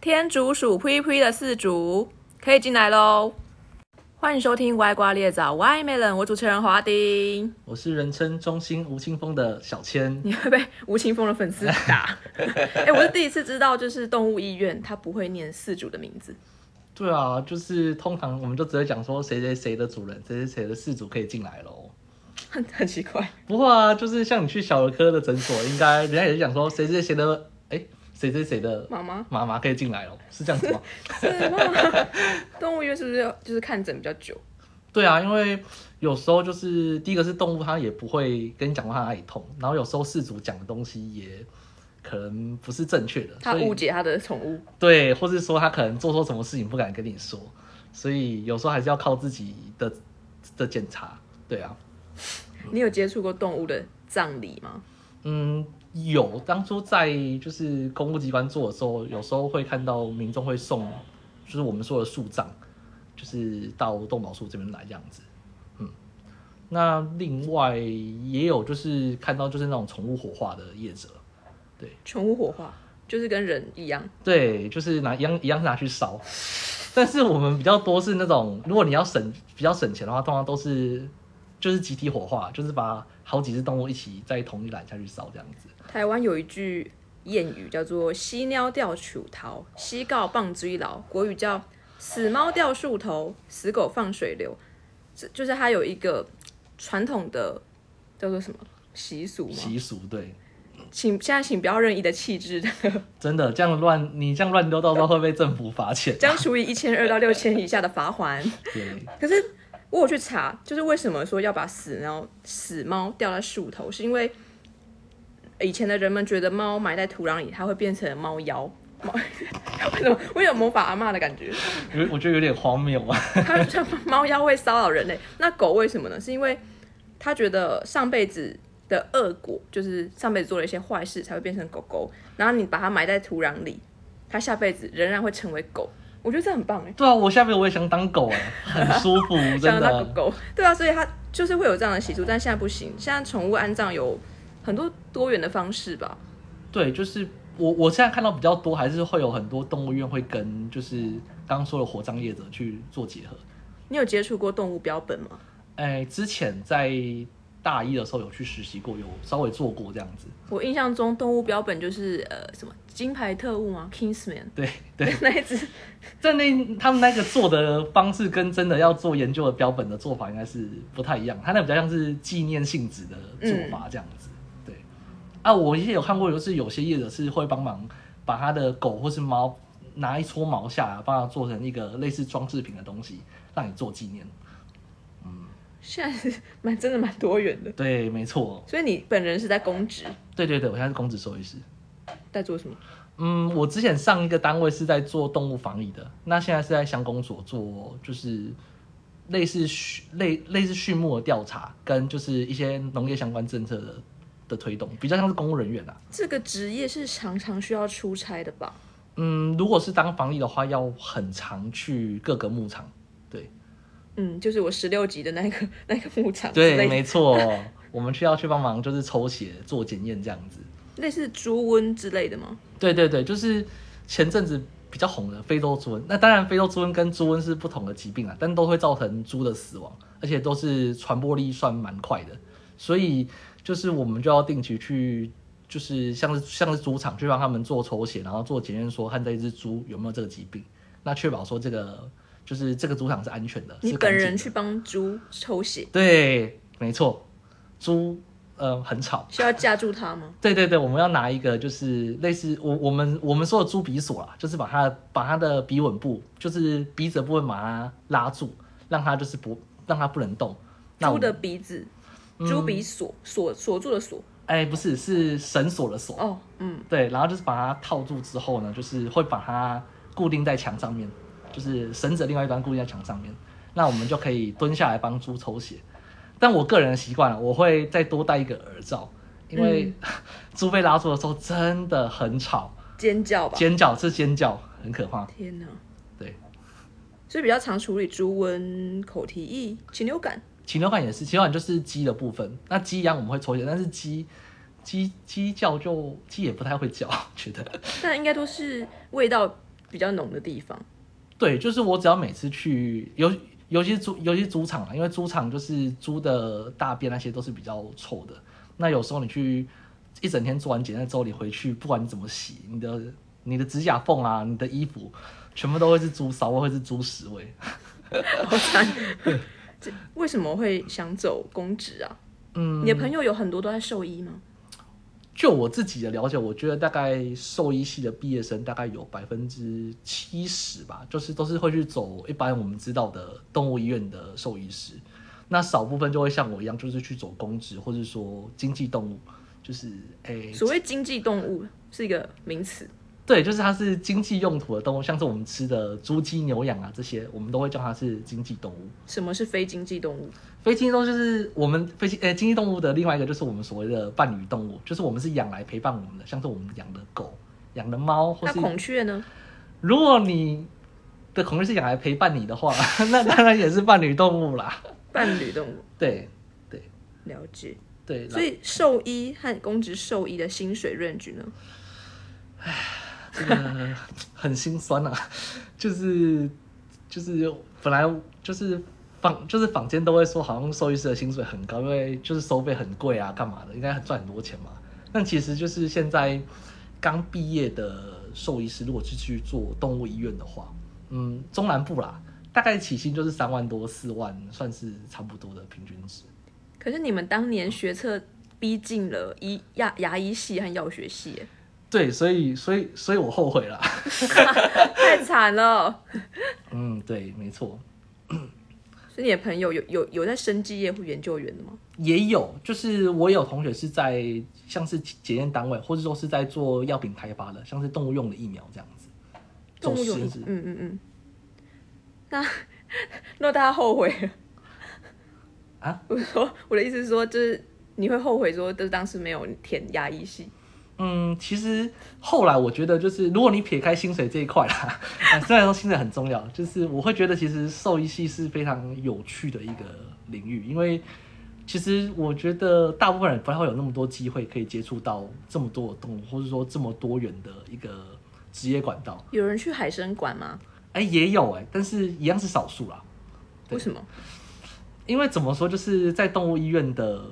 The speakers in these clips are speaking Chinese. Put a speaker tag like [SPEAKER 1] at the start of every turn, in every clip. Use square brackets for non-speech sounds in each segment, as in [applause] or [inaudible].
[SPEAKER 1] 天竺鼠 P P 的四竹可以进来喽！欢迎收听歪瓜裂枣 Y Melon，我主持人华丁。
[SPEAKER 2] 我是人称中心吴青峰的小千，
[SPEAKER 1] 你会被吴青峰的粉丝打？哎、我是第一次知道，就是动物医院它不会念四主的名字。
[SPEAKER 2] 对啊，就是通常我们就直接讲说谁谁谁的主人，谁谁谁的事主可以进来喽。
[SPEAKER 1] 很很奇怪，
[SPEAKER 2] 不会啊，就是像你去小儿科的诊所，应该人家也是讲说谁谁谁的，哎，谁谁谁的
[SPEAKER 1] 妈妈
[SPEAKER 2] 妈妈可以进来哦，是这样子吗？
[SPEAKER 1] 是吗？动物医院是不是就是看诊比较久？
[SPEAKER 2] 对啊，因为有时候就是第一个是动物，它也不会跟你讲话它哪里痛，然后有时候事主讲的东西也可能不是正确的，
[SPEAKER 1] 它
[SPEAKER 2] 所以
[SPEAKER 1] 误解它的宠物，
[SPEAKER 2] 对，或是说他可能做错什么事情不敢跟你说，所以有时候还是要靠自己的的检查。对啊，
[SPEAKER 1] 你有接触过动物的葬礼吗？
[SPEAKER 2] 嗯，有当初在就是公务机关做的时候，有时候会看到民众会送，就是我们说的树葬，就是到动保处这边来这样子。嗯，那另外也有就是看到就是那种宠物火化的业者，
[SPEAKER 1] 宠物火化就是跟人一样，
[SPEAKER 2] 对，就是拿一样一样是拿去烧，但是我们比较多是那种，如果你要省比较省钱的话，通常都是就是集体火化，就是把好几只动物一起在同一篮下去烧这样子。
[SPEAKER 1] 台湾有一句谚语叫做“犀鸟吊树头，犀告棒追牢”，国语叫“死猫吊树头，死狗放水流”。这就是它有一个传统的叫做什么习俗吗？
[SPEAKER 2] 习俗对，
[SPEAKER 1] 请现在请不要任意的弃置，
[SPEAKER 2] 真的这样乱，你这样乱丢，到时候会被政府罚钱。
[SPEAKER 1] 将处以一千二到六千以下的罚款。
[SPEAKER 2] 对，
[SPEAKER 1] 可是我有去查，就是为什么说要把死猫死猫吊在树头，是因为以前的人们觉得猫埋在土壤里，它会变成猫 [laughs] 妖。猫为什么我有魔法阿嬷的感觉？
[SPEAKER 2] 有我觉得有点荒谬啊。 [laughs]
[SPEAKER 1] 它 [laughs] 像猫妖会骚扰人类，那狗为什么呢？是因为它觉得上辈子的恶果，就是上辈子做了一些坏事才会变成狗狗，然后你把它埋在土壤里，它下辈子仍然会成为狗。我觉得这很棒哎。
[SPEAKER 2] 对啊，我下面我也想当狗哎、很舒服，
[SPEAKER 1] 像
[SPEAKER 2] 真
[SPEAKER 1] 那个
[SPEAKER 2] 的。
[SPEAKER 1] 狗，对啊，所以它就是会有这样的习俗，但现在不行。现在宠物安葬有很多多元的方式吧，
[SPEAKER 2] 对，就是我我现在看到比较多，还是会有很多动物医院会跟就是刚刚说的火葬业者去做结合。
[SPEAKER 1] 你有接触过动物标本吗？
[SPEAKER 2] 哎，之前在大一的时候有去实习过，有稍微做过这样子。
[SPEAKER 1] 我印象中动物标本就是呃什么金牌特务吗？Kingsman
[SPEAKER 2] 对对，
[SPEAKER 1] [laughs] 那一只，
[SPEAKER 2] 在那他们那个做的方式跟真的要做研究的标本的做法应该是不太一样，他那比较像是纪念性质的做法这样子。对，啊，我也有看过，就是有些业者是会帮忙把他的狗或是猫拿一撮毛下来，帮它做成一个类似装饰品的东西，让你做纪念。
[SPEAKER 1] 现在是蛮真的蛮多元的。
[SPEAKER 2] 对，没错，
[SPEAKER 1] 所以你本人是在公职，
[SPEAKER 2] 对对对，我现在是公职兽医师。
[SPEAKER 1] 在做什么？
[SPEAKER 2] 嗯，我之前上一个单位是在做动物防疫的，那现在是在乡公所做，就是类似畜类类似畜牧的调查，跟就是一些农业相关政策的的推动，比较像是公务人员啊。
[SPEAKER 1] 这个职业是常常需要出差的吧？
[SPEAKER 2] 嗯，如果是当防疫的话，要很常去各个牧场。对
[SPEAKER 1] 嗯，就是我十六级的那个 [laughs] 那个牧场之
[SPEAKER 2] 对，
[SPEAKER 1] 类的，
[SPEAKER 2] 没错， [laughs] 我们需要去帮忙，就是抽血做检验这样子。
[SPEAKER 1] 类似猪瘟之类的吗？
[SPEAKER 2] 对对对，就是前阵子比较红的非洲猪瘟。那当然，非洲猪瘟跟猪瘟是不同的疾病啊，但都会造成猪的死亡，而且都是传播力算蛮快的。所以就是我们就要定期去，就是像是像是猪场去帮他们做抽血，然后做检验，说看这一只猪有没有这个疾病，那确保说这个就是这个猪场是安全的。
[SPEAKER 1] 你
[SPEAKER 2] 是
[SPEAKER 1] 本
[SPEAKER 2] 干净
[SPEAKER 1] 人
[SPEAKER 2] 的
[SPEAKER 1] 去帮猪抽血，
[SPEAKER 2] 对，没错，猪呃很吵。
[SPEAKER 1] 需要架住它吗？
[SPEAKER 2] 对对对，我们要拿一个就是类似我我们我们说的猪鼻锁啦，就是把它把它的鼻吻部，就是鼻子的部分把它拉住，让它就是不让它不能动。那我
[SPEAKER 1] 猪
[SPEAKER 2] 们嗯
[SPEAKER 1] 的鼻子，猪鼻锁锁锁住的锁。
[SPEAKER 2] 哎不是是绳索的锁，
[SPEAKER 1] 哦，嗯，
[SPEAKER 2] 对，然后就是把它套住之后呢，就是会把它固定在墙上面，就是绳子的另外一端固定在墙上面，那我们就可以蹲下来帮猪抽血。但我个人的习惯啊，我会再多戴一个耳罩，因为
[SPEAKER 1] 嗯
[SPEAKER 2] [laughs] 猪被拉住的时候真的很吵。
[SPEAKER 1] 尖叫吧。
[SPEAKER 2] 尖叫是尖叫，很可怕。
[SPEAKER 1] 天哪！
[SPEAKER 2] 对，
[SPEAKER 1] 所以比较常处理猪瘟、口蹄疫、禽流感。
[SPEAKER 2] 禽流感也是，禽流感就是鸡的部分。那鸡一样我们会抽血，但是鸡鸡鸡叫就鸡也不太会叫，觉得
[SPEAKER 1] 但应该都是味道比较浓的地方。
[SPEAKER 2] [laughs] 对，就是我只要每次去，尤尤其是猪，尤其是猪场啊，因为猪场就是猪的大便那些都是比较臭的。那有时候你去一整天做完检验之后，你回去不管你怎么洗，你的你的指甲缝啊，你的衣服，全部都会是猪骚味，会是猪屎味。
[SPEAKER 1] 好惨。这为什么会想走公职啊？
[SPEAKER 2] 嗯，
[SPEAKER 1] 你的朋友有很多都在兽医吗？
[SPEAKER 2] 就我自己的了解，我觉得大概兽医系的毕业生大概有百分之七十吧，就是都是会去走一般我们知道的动物医院的兽医师，那少部分就会像我一样，就是去走公职或者说经济动物，就是诶、
[SPEAKER 1] 所谓经济动物是一个名词，
[SPEAKER 2] 对，就是它是经济用途的动物，像是我们吃的猪、鸡、牛、羊啊这些，我们都会叫它是经济动物。
[SPEAKER 1] 什么是非经济动物？
[SPEAKER 2] 非经济动物就是我们非经呃经济动物的另外一个就是我们所谓的伴侣动物，就是我们是养来陪伴我们的，像是我们养的狗、养的猫，或
[SPEAKER 1] 那
[SPEAKER 2] 是
[SPEAKER 1] 孔雀呢？
[SPEAKER 2] 如果你的孔雀是养来陪伴你的话， [laughs] 那当然也是伴侣动物啦。
[SPEAKER 1] 伴侣动物，
[SPEAKER 2] 对对
[SPEAKER 1] 了解。
[SPEAKER 2] 对，
[SPEAKER 1] 所以兽医和公职兽医的薪水 range 呢？
[SPEAKER 2] 这个很心酸啊， [laughs] 就是就是本来就是坊就是坊间都会说，好像兽医师的薪水很高，因为就是收费很贵啊，干嘛的，应该赚很多钱嘛。但其实就是现在刚毕业的兽医师，如果是去做动物医院的话，嗯，中南部啦，大概起薪就是三万多四万，算是差不多的平均值。
[SPEAKER 1] 可是你们当年学测逼近了医牙牙医系和药学系耶，
[SPEAKER 2] 对，所以所以所以我后悔了。 [laughs]
[SPEAKER 1] 太惨了。
[SPEAKER 2] 嗯，对，没错。
[SPEAKER 1] 所以你的朋友有有有在生技业或研究员的吗？
[SPEAKER 2] 也有，就是我有同学是在像是检验单位，或者说是在做药品开发的，像是动物用的疫苗这样子。
[SPEAKER 1] 动物有
[SPEAKER 2] 走
[SPEAKER 1] 嗯
[SPEAKER 2] 实验室
[SPEAKER 1] 嗯嗯。那那大家后悔了
[SPEAKER 2] 啊？
[SPEAKER 1] 我说我的意思是说，就是你会后悔说，就是当时没有填牙医系。
[SPEAKER 2] 嗯，其实后来我觉得，就是如果你撇开薪水这一块啦， [laughs] 啊虽然说薪水很重要，就是我会觉得其实兽医系是非常有趣的一个领域，因为其实我觉得大部分人不太会有那么多机会可以接触到这么多的动物，或者说这么多元的一个职业管道。
[SPEAKER 1] 有人去海参馆吗？
[SPEAKER 2] 哎、也有哎、但是一样是少数啦。对
[SPEAKER 1] 为什么？ [laughs]
[SPEAKER 2] 因为怎么说，就是在动物医院的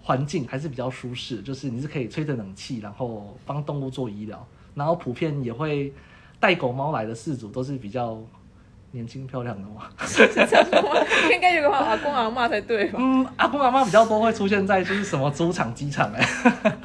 [SPEAKER 2] 环境还是比较舒适，就是你是可以吹着冷气，然后帮动物做医疗，然后普遍也会带狗猫来的饲主都是比较年轻漂亮的嘛。
[SPEAKER 1] 是这样说吗？应该有个阿公阿妈才对吧？
[SPEAKER 2] 嗯，阿公阿妈比较多会出现在就是什么猪场、鸡场哎、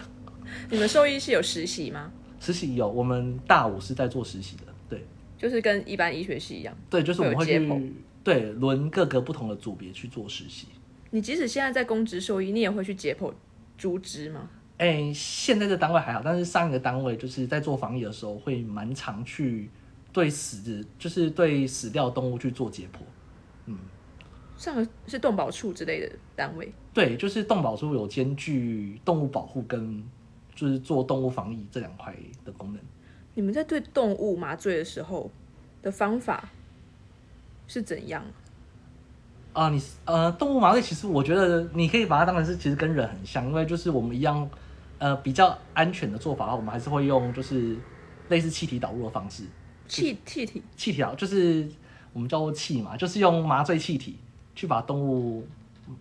[SPEAKER 1] 你们兽医系有实习吗？
[SPEAKER 2] 实习有，我们大五是在做实习的，对
[SPEAKER 1] 就是跟一般医学系一样。
[SPEAKER 2] 对，就是我们会
[SPEAKER 1] 会有接
[SPEAKER 2] 去对轮各个不同的组别去做实习。
[SPEAKER 1] 你即使现在在公职兽医，你也会去解剖猪只吗？
[SPEAKER 2] 哎、现在这单位还好，但是上一个单位就是在做防疫的时候，会蛮常去对死的，就是对死掉的动物去做解剖。
[SPEAKER 1] 上个是动保处之类的单位，
[SPEAKER 2] 对，就是动保处有兼具动物保护跟就是做动物防疫这两块的功能。
[SPEAKER 1] 你们在对动物麻醉的时候的方法是怎样？
[SPEAKER 2] 啊、你呃，动物麻醉其实我觉得你可以把它当成是其实跟人很像，因为就是我们一样，呃，比较安全的做法的话，我们还是会用就是类似气体导入的方式，
[SPEAKER 1] 气气体
[SPEAKER 2] 气条就是我们叫做气嘛，就是用麻醉气体去把动物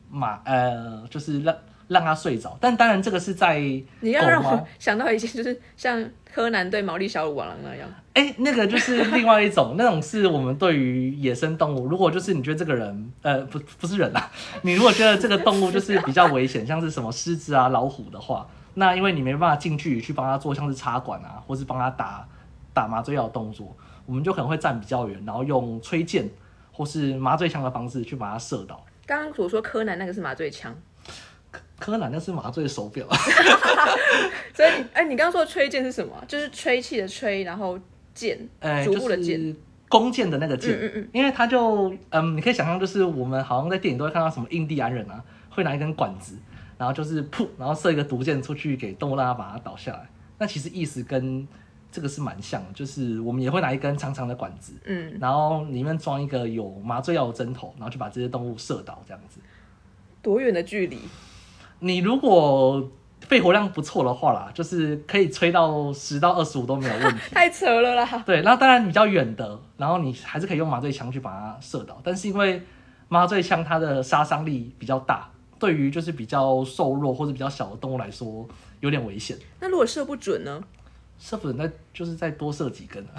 [SPEAKER 2] 麻呃，就是让让它睡着。但当然这个是在
[SPEAKER 1] 你要让
[SPEAKER 2] 狗猫
[SPEAKER 1] 我想到一件，就是像柯南对毛利小五郎那样，
[SPEAKER 2] 哎、那个就是另外一种，那种是我们对于野生动物，如果就是你觉得这个人，呃，不，不是人啊，你如果觉得这个动物就是比较危险，像是什么狮子啊、老虎的话，那因为你没办法近距离去帮它做像是插管啊，或是帮它打打麻醉药的动作，我们就可能会站比较远，然后用吹箭或是麻醉枪的方式去把它射倒。
[SPEAKER 1] 刚刚所说柯南那个是麻醉枪，
[SPEAKER 2] 柯南那是麻醉手表，
[SPEAKER 1] 所以你哎、你刚刚说的吹箭是什么啊？就是吹气的吹，然后箭，
[SPEAKER 2] 呃，
[SPEAKER 1] 逐
[SPEAKER 2] 就
[SPEAKER 1] 步的箭。
[SPEAKER 2] 是弓箭的那个箭，
[SPEAKER 1] 嗯嗯嗯
[SPEAKER 2] 因为它就嗯，你可以想象，就是我们好像在电影都会看到什么印第安人啊，会拿一根管子，然后就是噗，然后射一个毒箭出去给动物，让它把它倒下来。那其实意思跟这个是蛮像的，就是我们也会拿一根长长的管子，
[SPEAKER 1] 嗯，
[SPEAKER 2] 然后里面装一个有麻醉药的针头，然后就把这些动物射倒这样子。
[SPEAKER 1] 多远的距离？
[SPEAKER 2] 你如果肺活量不错的话啦，就是可以吹到十到二十五都没有问题。
[SPEAKER 1] 太扯了啦！
[SPEAKER 2] [laughs] 对，那当然比较远的，然后你还是可以用麻醉枪去把它射倒，但是因为麻醉枪它的杀伤力比较大，对于就是比较瘦弱或者比较小的动物来说有点危险。
[SPEAKER 1] 那如果射不准呢？
[SPEAKER 2] 射粉那就是再多射几根啊。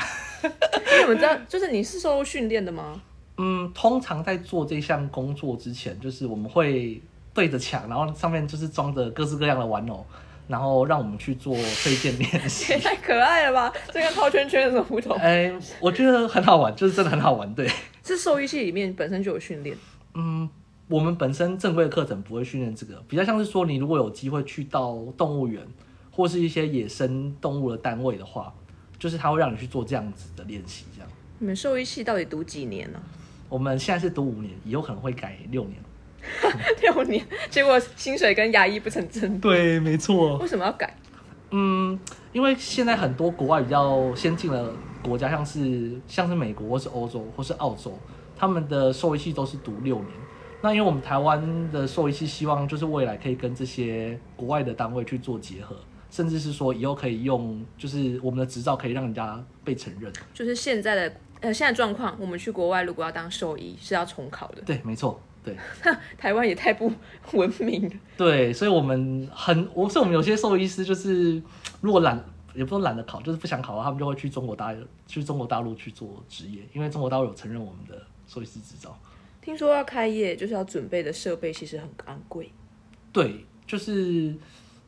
[SPEAKER 1] 你怎么知道？ [laughs] 就是你是受过训练的吗？
[SPEAKER 2] 嗯，通常在做这项工作之前，就是我们会对着墙，然后上面就是装着各式各样的玩偶，然后让我们去做推荐练习
[SPEAKER 1] 也。 [laughs] [laughs] 太可爱了吧！这跟套圈圈有什么不同？
[SPEAKER 2] 哎、我觉得很好玩，就是真的很好玩。对，
[SPEAKER 1] [laughs] 是兽医系里面本身就有训练，
[SPEAKER 2] 嗯，我们本身正规的课程不会训练这个，比较像是说，你如果有机会去到动物园或是一些野生动物的单位的话，就是他会让你去做这样子的练习。这样，
[SPEAKER 1] 你们兽医系到底读几年呢、
[SPEAKER 2] 我们现在是读五年，以后可能会改六年。
[SPEAKER 1] [laughs] 六年，结果薪水跟牙医不成正比，
[SPEAKER 2] 对，没错。
[SPEAKER 1] [laughs] 为什么要改？
[SPEAKER 2] 嗯，因为现在很多国外比较先进的国家，像是像是美国或是欧洲或是澳洲，他们的兽医系都是读六年。那因为我们台湾的兽医系，希望就是未来可以跟这些国外的单位去做结合，甚至是说以后可以用，就是我们的执照可以让人家被承认。
[SPEAKER 1] 就是现在的呃现在状况，我们去国外如果要当兽医是要重考的， [laughs]
[SPEAKER 2] 对，没错，对
[SPEAKER 1] 台湾也太不文明了。
[SPEAKER 2] 对，所以我们很，我所以我们有些兽医师就是如果懒。也不是懒得考，就是不想考的话，他们就会去中国大去中国大陆去做职业，因为中国大陆有承认我们的兽医师执照。
[SPEAKER 1] 听说要开业，就是要准备的设备其实很昂贵，
[SPEAKER 2] 对，就是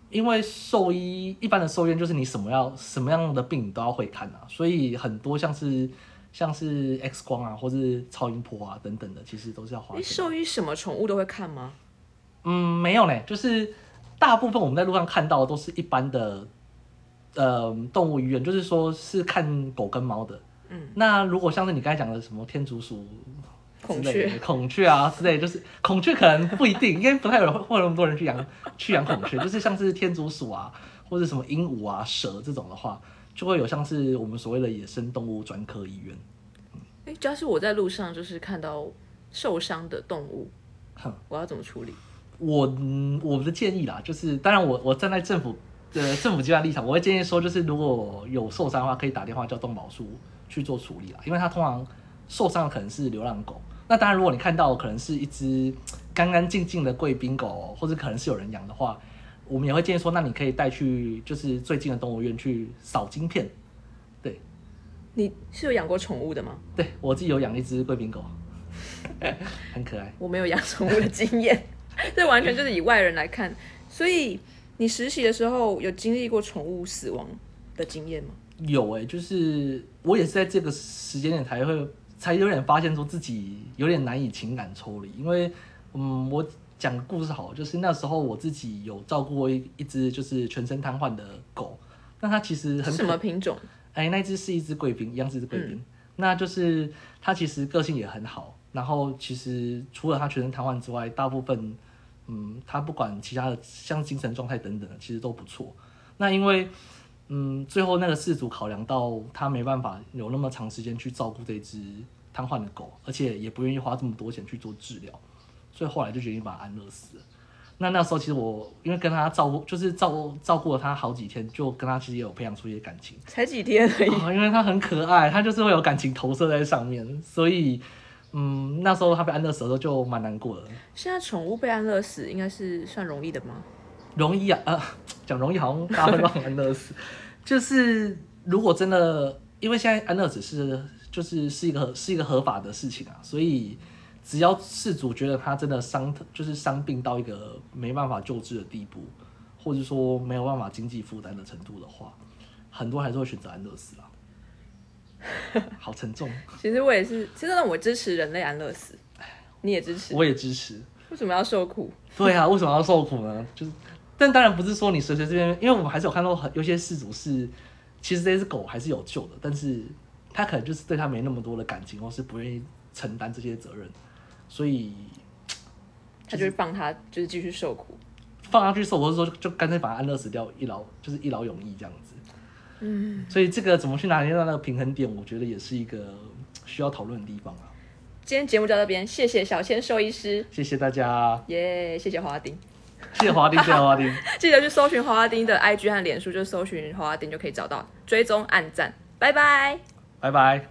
[SPEAKER 2] 因为兽医一般的兽医院就是你什么要什么样的病你都要会看啊，所以很多像是像是 X 光啊，或是超音波啊等等的，其实都是要花
[SPEAKER 1] 诶，
[SPEAKER 2] 钱。
[SPEAKER 1] 兽医什么宠物都会看吗？
[SPEAKER 2] 嗯，没有呢，就是大部分我们在路上看到的都是一般的，呃，动物医院，就是说是看狗跟猫的。嗯，那如果像是你刚才讲的什么天竺鼠之
[SPEAKER 1] 孔
[SPEAKER 2] 类的、
[SPEAKER 1] 雀
[SPEAKER 2] 孔雀啊之类的，就是孔雀可能不一定，应 [laughs] 该不太有人会会有那么多人去养去养孔雀，就是像是天竺鼠啊，或者什么鹦鹉啊、蛇这种的话，就会有像是我们所谓的野生动物专科医院。
[SPEAKER 1] 诶，只要是我在路上就是看到受伤的动物
[SPEAKER 2] 哼，
[SPEAKER 1] 我要怎么处理？
[SPEAKER 2] 我嗯我的建议啦，就是当然我我站在政府的政府机关立场，我会建议说，就是如果有受伤的话，可以打电话叫动保处去做处理啦，因为它通常受伤的可能是流浪狗。那当然，如果你看到可能是一只干干净净的贵宾狗，或者可能是有人养的话，我们也会建议说，那你可以带去就是最近的动物园去扫晶片。对，
[SPEAKER 1] 你是有养过宠物的吗？
[SPEAKER 2] 对我自己有养一只贵宾狗， [laughs] 很可爱。
[SPEAKER 1] 我没有养宠物的经验， [laughs] 这完全就是以外人来看。所以你实习的时候有经历过宠物死亡的经验吗？
[SPEAKER 2] 有哎、就是我也是在这个时间点才会才有点发现说自己有点难以情感抽离，因为嗯，我讲个故事好了，就是那时候我自己有照顾过一一只就是全身瘫痪的狗，那它其实很
[SPEAKER 1] 什么品种？
[SPEAKER 2] 哎，那一只是一只贵宾，一样是一只贵宾。那就是它其实个性也很好，然后其实除了它全身瘫痪之外，大部分嗯，它不管其他的像精神状态等等的，其实都不错。那因为嗯，最后那个事主考量到他没办法有那么长时间去照顾这只瘫痪的狗，而且也不愿意花这么多钱去做治疗，所以后来就决定把它安乐死了。那那时候其实我因为跟他照顾，就是照照顾了他好几天，就跟他其实也有培养出一些感情。
[SPEAKER 1] 才几天而已。
[SPEAKER 2] [laughs] 啊，因为它很可爱，它就是会有感情投射在上面，所以，嗯，那时候它被安乐死的时候就蛮难过的。
[SPEAKER 1] 现在宠物被安乐死应该是算容易的吗？
[SPEAKER 2] 容易啊，呃，讲容易好像大家会让安乐死， [laughs] 就是如果真的，因为现在安乐死是就是是一个是一个合法的事情啊，所以只要事主觉得他真的伤就是伤病到一个没办法救治的地步，或者说没有办法经济负担的程度的话，很多还是会选择安乐死啦。啊好沉重。
[SPEAKER 1] 其实我也是，其实让我支持人类安乐死，你也支持？
[SPEAKER 2] 我也支持。
[SPEAKER 1] 为什么要受苦？
[SPEAKER 2] 对啊，为什么要受苦呢？就是，但当然不是说你随随便便，因为我们还是有看到很有些事主是，其实这只狗还是有救的，但是他可能就是对他没那么多的感情，或是不愿意承担这些责任，所以
[SPEAKER 1] 他就会放他就是继续受苦。
[SPEAKER 2] 放他去受，或者说就就干脆把他安乐死掉，一劳就是一劳永逸这样子。嗯，所以这个怎么去拿捏到那个平衡点，我觉得也是一个需要讨论的地方啊。
[SPEAKER 1] 今天节目就到这边，谢谢小千兽医师，
[SPEAKER 2] 谢谢大家。
[SPEAKER 1] 耶、谢谢华丁。
[SPEAKER 2] 谢谢华丁，谢谢华丁，
[SPEAKER 1] 记得去搜寻花丁的 IG 和脸书，就搜寻花丁就可以找到，追踪、按赞，拜拜。
[SPEAKER 2] 拜拜。